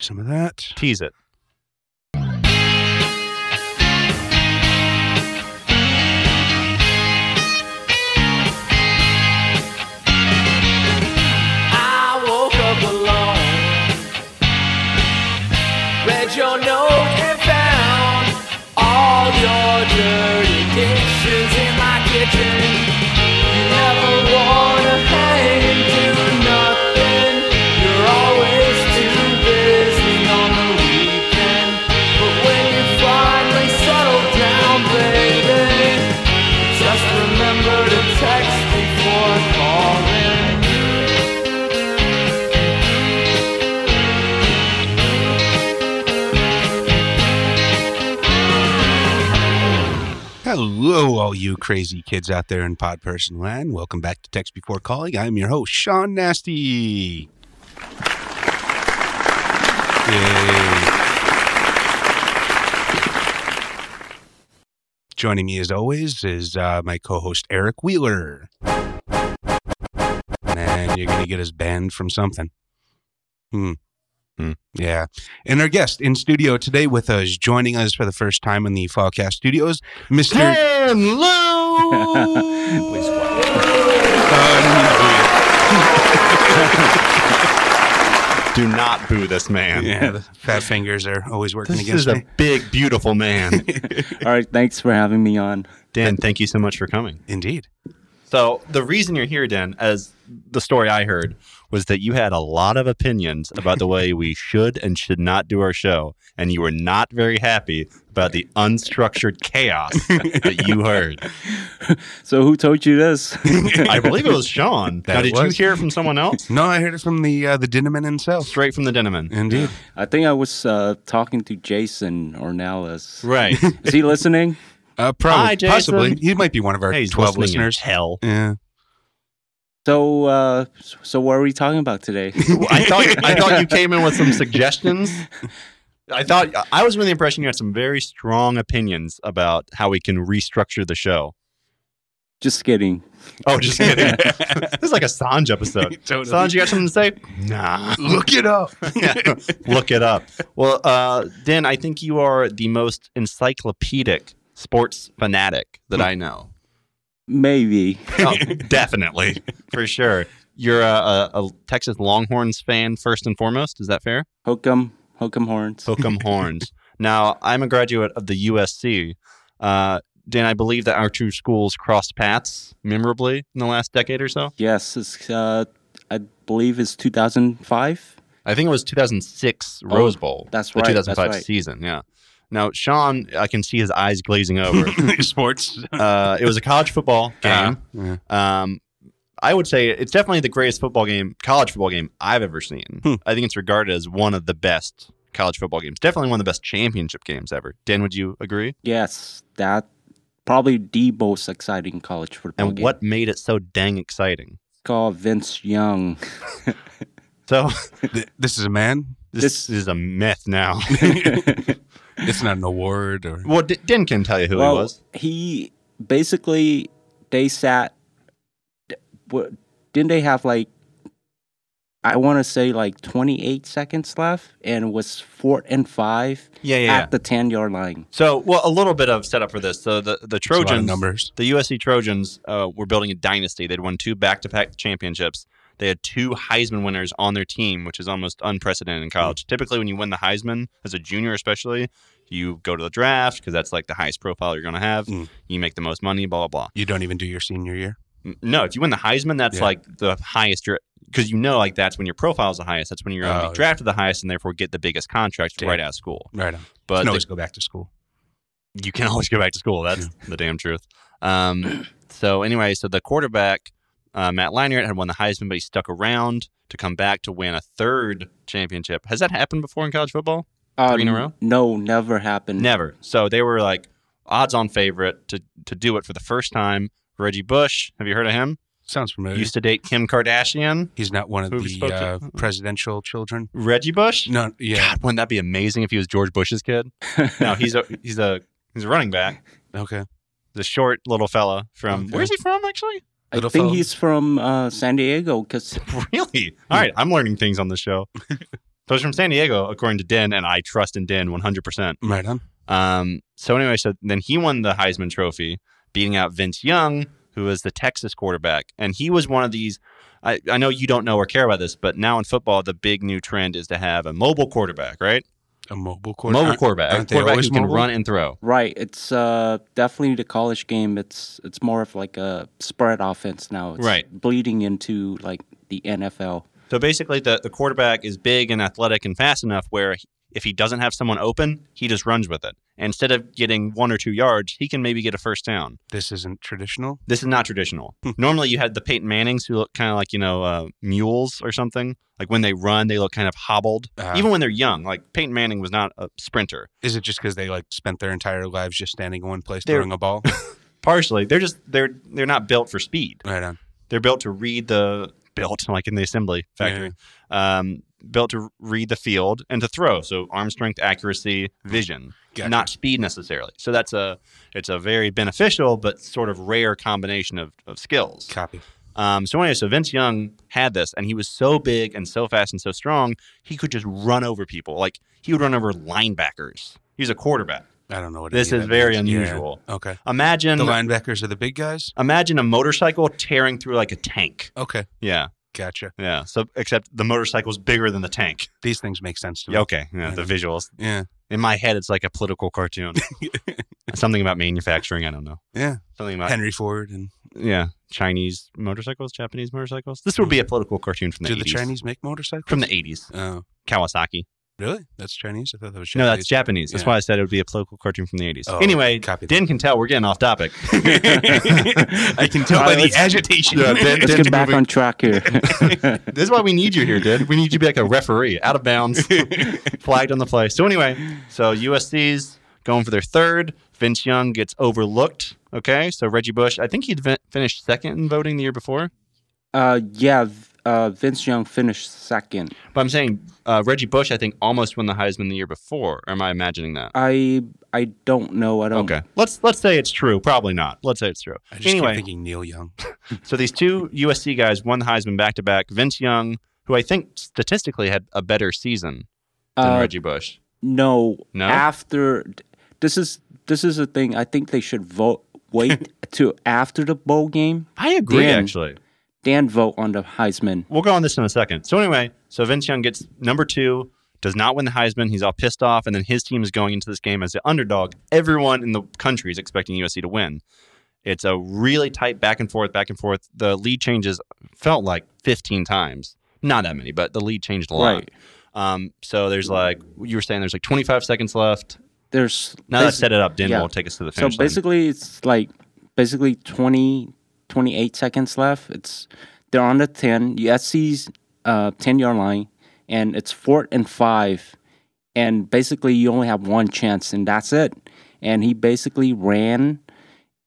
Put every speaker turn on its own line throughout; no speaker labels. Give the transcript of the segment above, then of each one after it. Some of that.
Tease it.
I woke up alone. Read your note and found all your dirty dishes in my kitchen. You never wanna hang, do nothing. You're always too busy on the weekend. But when you finally settle down, baby, just remember to text before calling.
Hello, all you crazy kids out there in Pod Person Land. Welcome back to Text Before Calling. I'm your host, Sean Nasty. Yay. Joining me as always is uh, my co host, Eric Wheeler. Man, you're going to get us banned from something. Hmm.
Hmm.
Yeah. And our guest in studio today with us, joining us for the first time in the Fallcast Studios, Mr.
Ten low.
Please quiet.
Do not boo this man.
Yeah, the fat fingers are always working
This
against
is a
me.
big, beautiful man.
All right, thanks for having me on.
Dan, thank you so much for coming.
Indeed.
So the reason you're here, Dan, as the story I heard was that you had a lot of opinions about the way we should and should not do our show, and you were not very happy about the unstructured chaos that you heard.
So, who told you this?
I believe it was Sean.
That
now, did
was-
you hear it from someone else?
No, I heard it from the uh, the Dinnerman himself.
Straight from the Deneman.
Indeed.
I think I was uh, talking to Jason Ornelas.
Right.
Is he listening?
Uh, probably,
Hi, Jason.
possibly. He might be one of our
Hey, he's
12
listening in
listeners.
Hell.
Yeah.
So, uh, so what are we talking about today?
I thought I thought you came in with some suggestions. I thought I was under the impression you had some very strong opinions about how we can restructure the show.
Just kidding.
Oh, just kidding. this is like a Sanj episode. Sanj, you got something to say? Nah.
Look it up.
Look it up. Well, uh, Dan, I think you are the most encyclopedic sports fanatic that I know.
Maybe.
Oh, definitely, for sure. You're a, a, a Texas Longhorns fan first and foremost. Is that fair?
Hokum, Hokum Horns.
Hokum Horns. Now, I'm a graduate of the USC. Uh, Dan, I believe that our two schools crossed paths memorably in the last decade or so.
Yes, it's, uh, I believe it's 2005.
I think it was 2006 Rose Bowl.
Oh, that's
the
right, that's
2005
right.
season. Yeah. Now, Sean, I can see his eyes glazing over.
Sports.
uh, it was a college football game.
Uh-huh. Yeah.
Um, I would say it's definitely the greatest football game, college football game I've ever seen.
Hmm.
I think it's regarded as one of the best college football games. Definitely one of the best championship games ever. Dan, would you agree?
Yes, that probably the most exciting college football
And
game.
what made it so dang exciting?
It's called Vince Young.
So
Th- this is a man.
this,
This-
is a myth now.
It's not an award or.
well, D- Dan can tell you who
well,
he was.
he basically they sat. d- w- Didn't they have like? I want to say like 28 seconds left, and it was fourth and five
Yeah, yeah.
at the 10 yard line.
So, well, a little bit of setup for this. So the the
It's a lot of
Trojans,
numbers.
the USC Trojans, uh, were building a dynasty. They'd won two back to back championships. They had two Heisman winners on their team, which is almost unprecedented in
Hmm.
college. Typically, when you win the Heisman as a junior, especially, you go to the draft because that's like the highest profile you're going to have.
Mm.
You make the most money, blah blah blah.
You don't even do your senior year.
N- No, if you win the Heisman, that's
Yeah.
like the highest you're because you know like that's when your profile is the highest. That's when you're going to
Oh, yeah.
be drafted the highest and therefore get the biggest contract
Damn.
right out of school.
Right on.
But
can
the
always go back to school.
you can always go back to school. That's the damn truth. Um, so anyway, so the quarterback uh, Matt Leinart had won the Heisman, but he stuck around to come back to win a third championship. Has that happened before in college football?
Uh,
Three in a row?
No, never happened.
Never. So they were like odds-on favorite to to do it for the first time. Reggie Bush, have you heard of him?
Sounds familiar.
Used to date Kim Kardashian.
He's not one of
Who we
the
spoke to-
uh, presidential children.
Reggie Bush.
No, yeah.
God, wouldn't that be amazing if he was George Bush's kid? no, he's a he's a he's a running back.
Okay.
The short little fella from
Okay.
where's he from actually?
I
Little
think
phone.
he's from uh, San Diego because
Really? All right, I'm learning things on the show. So it's from San Diego, according to Den, and I trust in Den 100%.
Right on.
Um, so anyway, so then he won the Heisman Trophy, beating out Vince Young, who was the Texas quarterback, and he was one of these. I, I know you don't know or care about this, but now in football, the big new trend is to have a mobile quarterback, right?
A mobile quarterback.
mobile quarterback,
aren't they
a quarterback
always
who can
mobile?
run and throw.
Right. It's uh, definitely the college game. It's it's more of like a spread offense now. It's
Right.
Bleeding into like the NFL.
So basically, the the quarterback is big and athletic and fast enough where he- if he doesn't have someone open, he just runs with it. And instead of getting one or two yards, he can maybe get a first down.
This isn't traditional.
This is not traditional. Normally, you had the Peyton Mannings who look kind of like you know uh, mules or something. Like when they run, they look kind of hobbled.
Uh,
Even when they're young, like Peyton Manning was not a sprinter.
Is it just because they like spent their entire lives just standing in one place
They're-
throwing a ball?
Partially, they're just they're they're not built for speed.
right on.
They're built to read the built like in the assembly factory. Um, built to read the field and to throw. So arm strength, accuracy, vision,
Gotcha.
not speed necessarily. So that's a it's a very beneficial but sort of rare combination of, of skills.
Copy.
Um, so anyway, so Vince Young had this, and he was so big and so fast and so strong, he could just run over people. Like he would run over linebackers. He was a quarterback.
I don't know what.
This
any
is
of that
very
means. Yeah.
unusual.
Okay.
Imagine,
The linebackers are the big guys.
imagine a motorcycle tearing through like a tank.
Okay.
Yeah,
Gotcha.
yeah. So except the motorcycle's bigger than the tank.
These things make sense to me.
Yeah, okay. Yeah, the visuals.
Yeah.
In my head, it's like a political cartoon. Something about manufacturing. I don't know.
Yeah.
Something about
Henry Ford and
yeah. Chinese motorcycles, Japanese motorcycles. This would be a political cartoon from the
do the
80s.
Chinese make motorcycles?
from the eighties.
Oh,
Kawasaki.
really? That's Chinese. I thought that was
No,
Japanese.
that's Japanese. That's
Yeah.
why I said it would be a political cartoon from the 80s.
Oh,
anyway,
copy that.
Den can tell we're getting off topic.
I can tell
All
by
right,
the
let's-
agitation.
Yeah, then-
Let's get back on track here.
this is why we need you here, Den. We need you to be like a referee, out of bounds, flagged on the play. So, anyway, so USC's going for their third. Vince Young gets overlooked. Okay, so Reggie Bush, I think he'd fin- finished second in voting the year before.
uh, yeah, uh, Vince Young finished second.
But I'm saying uh, Reggie Bush, I think, almost won the Heisman the year before. Or am I imagining
Um,
that?
I I don't know. I don't.
Okay, let's let's say it's true. Probably not. Let's say it's true.
I just keep thinking Neil Young.
So these two USC guys won the Heisman back to back. Vince Young, who I think statistically had a better season than
Uh,
Reggie Bush.
No.
No?
After this is this is a thing. I think they should vote. Wait to after the bowl game,
I agree,
Dan.
actually.
then vote on the Heisman.
We'll go on this in a second. So anyway, so Vince Young gets number two, does not win the Heisman. He's all pissed off, and then his team is going into this game as the underdog. Everyone in the country is expecting USC to win. It's a really tight back and forth, back and forth. The lead changes felt like 15 times. Not that many, but the lead changed a lot.
Right.
Um, so there's like you were saying, there's like 25 seconds left.
There's
Now that I've
basi-
set it up, Dan
yeah.
will take us to the
So
finish line.
basically, it's like basically 20, 28 seconds left. It's they're on the ten USC's uh, ten yard line, and it's fourth and five, and basically you only have one chance, and that's it. And he basically ran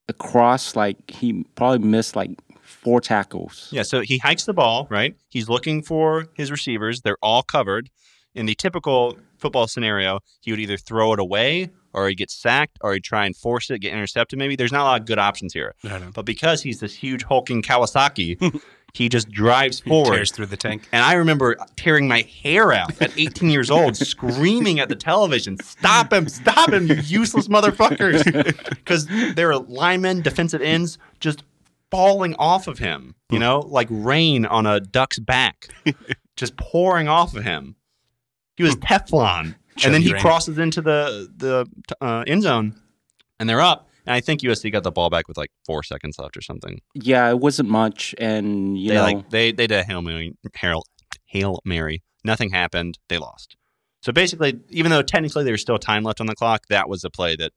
across like he probably missed like four tackles.
Yeah, so he hikes the ball, right? He's looking for his receivers. They're all covered. In the typical football scenario, he would either throw it away or he gets sacked or he'd try and force it, get intercepted maybe. There's not a lot of good options here.
I don't know.
But because he's this huge hulking Kawasaki, he just drives forward.
Tears through the tank.
And I remember tearing my hair out at 18 years old, screaming at the television, "Stop him! Stop him! You useless motherfuckers!" Because there were linemen, defensive ends, just falling off of him. You know, like rain on a duck's back, just pouring off of him. He was Teflon, and then
Chubby
he
rain.
crosses into the the uh, end zone, and they're up. And I think USC got the ball back with like four seconds left or something.
Yeah, it wasn't much, and you
They
know,
like they they did a hail mary, hail, hail mary. Nothing happened. They lost. So basically, even though technically there was still time left on the clock, that was the play that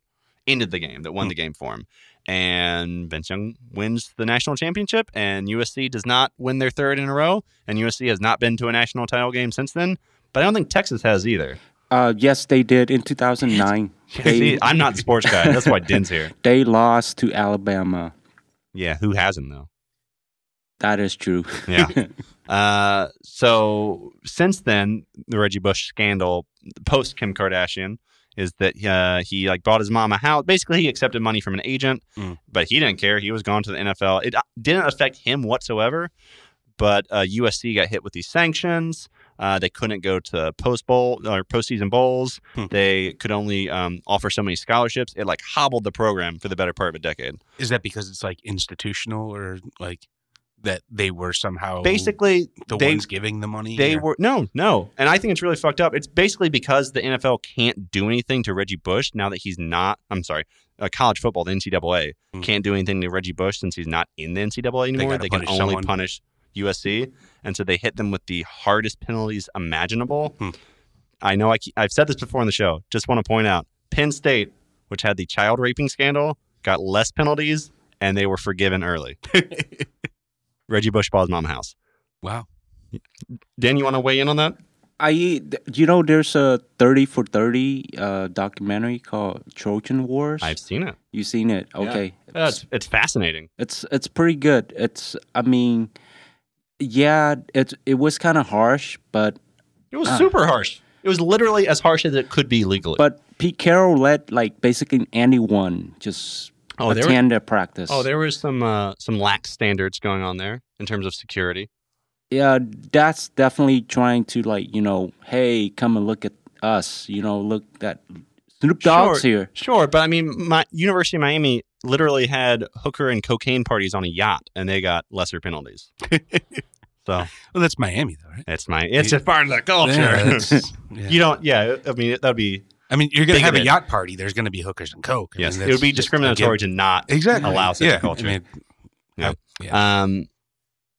ended the game, that
Hmm.
won the game for him. And Vince Young wins the national championship, and USC does not win their third in a row. And USC has not been to a national title game since then. But I don't think Texas has either.
uh, yes, they did in two thousand nine.
See,
They
I'm not the sports guy. That's why Den's here.
they lost to Alabama.
Yeah, who hasn't though?
That is true.
Yeah. uh, so since then, the Reggie Bush scandal, post Kim Kardashian, is that uh, he like bought his mom a house. Basically, he accepted money from an agent,
Mm.
but he didn't care. He was gone to the NFL. It uh, didn't affect him whatsoever. But uh, USC got hit with these sanctions. Uh, they couldn't go to post bowl or postseason bowls.
Hmm.
They could only um, offer so many scholarships. It like hobbled the program for the better part of a decade.
Is that because it's like institutional or like that they were somehow
Basically,
Oh, the
they-
ones giving the money?
They
or-
were no, no, and I think it's really fucked up. It's basically because the NFL can't do anything to Reggie Bush now that he's not. I'm sorry, uh, college football, the NCAA
Mm.
can't do anything to Reggie Bush since he's not in the NCAA anymore.
gotta
They, can
punish
only
someone.
punish USC, and so they hit them with the hardest penalties imaginable.
Hmm.
I know I keep, I've said this before on the show. Just want to point out Penn State, which had the child raping scandal, got less penalties, and they were forgiven early. Reggie Bush bought his mama house.
wow.
Dan, you want to weigh in on that?
I th- you know there's a thirty for thirty uh, documentary called Trojan Wars.
I've seen it.
you seen it? Okay,
It's, it's fascinating.
It's it's pretty good. It's I mean, yeah, it it was kind of harsh, but
It was super harsh. It was literally as harsh as it could be legally.
but Pete Carroll let like basically anyone just
Oh, they were-
attend their practice.
oh, there was some uh, some lax standards going on there in terms of security.
yeah, that's definitely trying to like you know, hey, come and look at us. You know, look that Snoop Dogg's
sure,
here.
Sure, but I mean, my University of Miami literally had hooker and cocaine parties on a yacht, and they got lesser penalties. so
Well, that's Miami, though, right?
it's my it's a part of the culture.
Yeah, that's- yeah.
Oh, you don't, yeah. I mean, that'd be
I mean, you're going to have a
Bigoted.
yacht party. There's going to be hookers and coke. I
yes,
mean,
it would
that's
be
just a
discriminatory
given.
to not
exactly
allow such a
yeah.
culture.
I mean,
Um,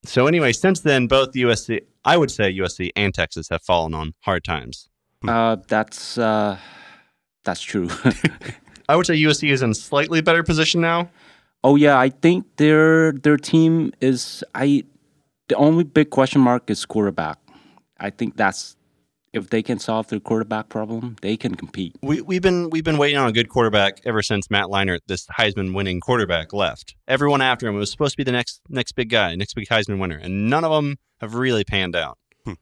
so anyway, since then, both USC, I would say USC and Texas have fallen on hard times.
Uh, that's uh, that's true.
I would say USC is in slightly better position now.
Oh yeah, I think their their team is I the only big question mark is quarterback. I think that's if they can solve their quarterback problem, they can compete.
We, we've been we've been waiting on a good quarterback ever since Matt Leinart, this Heisman winning quarterback, left. Everyone after him was supposed to be the next next big guy, next big Heisman winner, and none of them have really panned out.
Hmm.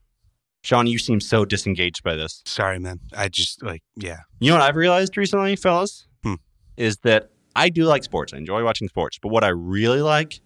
Sean, you seem so disengaged by this.
sorry, man. I just like, yeah.
You know what I've realized recently, fellas,
Hmm.
is that I do like sports. I enjoy watching sports, but what I really like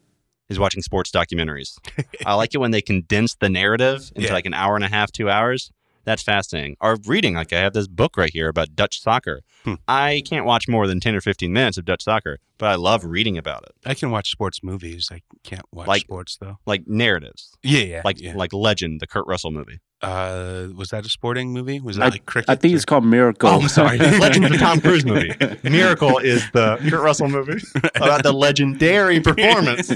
is watching sports documentaries. I like it when they condense the narrative into
Yeah.
like an hour and a half, two hours. That's fascinating. Or reading, like I have this book right here about Dutch soccer.
Hmm.
I can't watch more than ten or fifteen minutes of Dutch soccer, but I love reading about it,
I can watch sports movies. I can't watch
Like-
sports though.
like narratives,
Yeah, yeah.
like
yeah.
like Legend, the Kurt Russell movie.
uh, was that a sporting movie? Was that
I-
like cricket?
I think it's called Miracle.
Oh, I'm sorry. Legend of the Tom Cruise movie. Miracle is the Kurt Russell movie about the legendary performance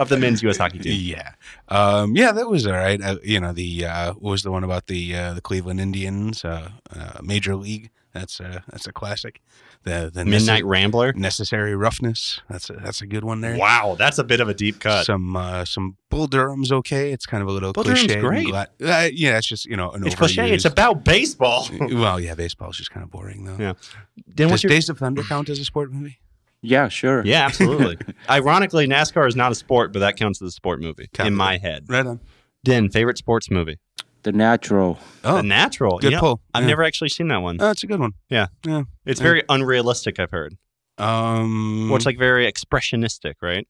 of the men's U.S. hockey team.
Yeah, um, yeah, that was all right. Uh, you know, the uh, what was the one about the uh, the Cleveland Indians, uh, uh, Major League? That's a that's a classic. The the nece-
Midnight Rambler.
necessary roughness. That's a, that's a good one there.
Wow, that's a bit of a deep cut.
Some uh, some Bull Durham's okay. It's kind of a little
Bull Durham's
cliche. and
great.
gla- uh, yeah, it's just you know an
it's cliche. It's
overused-
about baseball.
well, yeah, baseball's just kind of boring though.
Yeah. Then
Does
what's your-
Days of Thunder count as a sport movie?
yeah, sure.
yeah, absolutely. Ironically, NASCAR is not a sport, but that counts as a sport movie
Counts.
in my head.
Right on.
Den, favorite sports movie?
The natural.
Oh,
the Natural.
good
Yeah,
pull.
I've
Yeah.
never actually seen that one.
oh, it's a good one.
It's
yeah.
very unrealistic, I've heard.
Um,
Or it's like very expressionistic, right?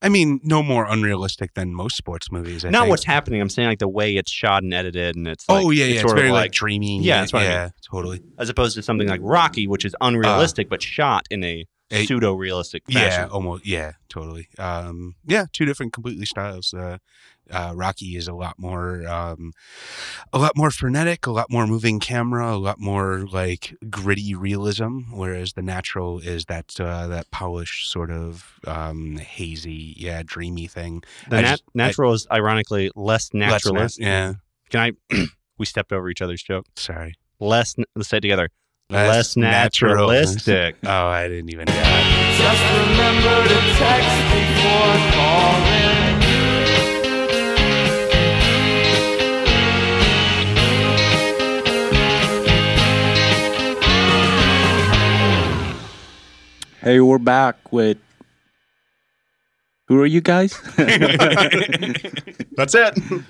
I mean, no more unrealistic than most sports movies. I
Not
think.
what's happening. I'm saying like the way it's shot and edited, and it's like,
Oh yeah, yeah. It's,
sort
very
of
like, dreamy.
Yeah, that's what I
yeah, totally.
as opposed to something like Rocky, which is unrealistic but shot in a,
Uh, a-
pseudo realistic
Yeah,
fashion.
almost. Yeah, totally. Um, yeah, two different completely styles. Uh, uh, Rocky is a lot more, um, a lot more frenetic, a lot more moving camera, a lot more like gritty realism. Whereas the natural is that uh, that polished sort of um, hazy, yeah, dreamy thing.
The
I
nat-
just- I-
natural is ironically less
Let's not-
naturalist.
Yeah,
Can I? we stepped over each other's joke.
sorry.
Less. n- Let's say it together.
Less
Less, naturalistic.
Oh, I didn't even. Yeah.
Just remember to text before calling.
Hey, we're back with. Who are you guys?
That's it.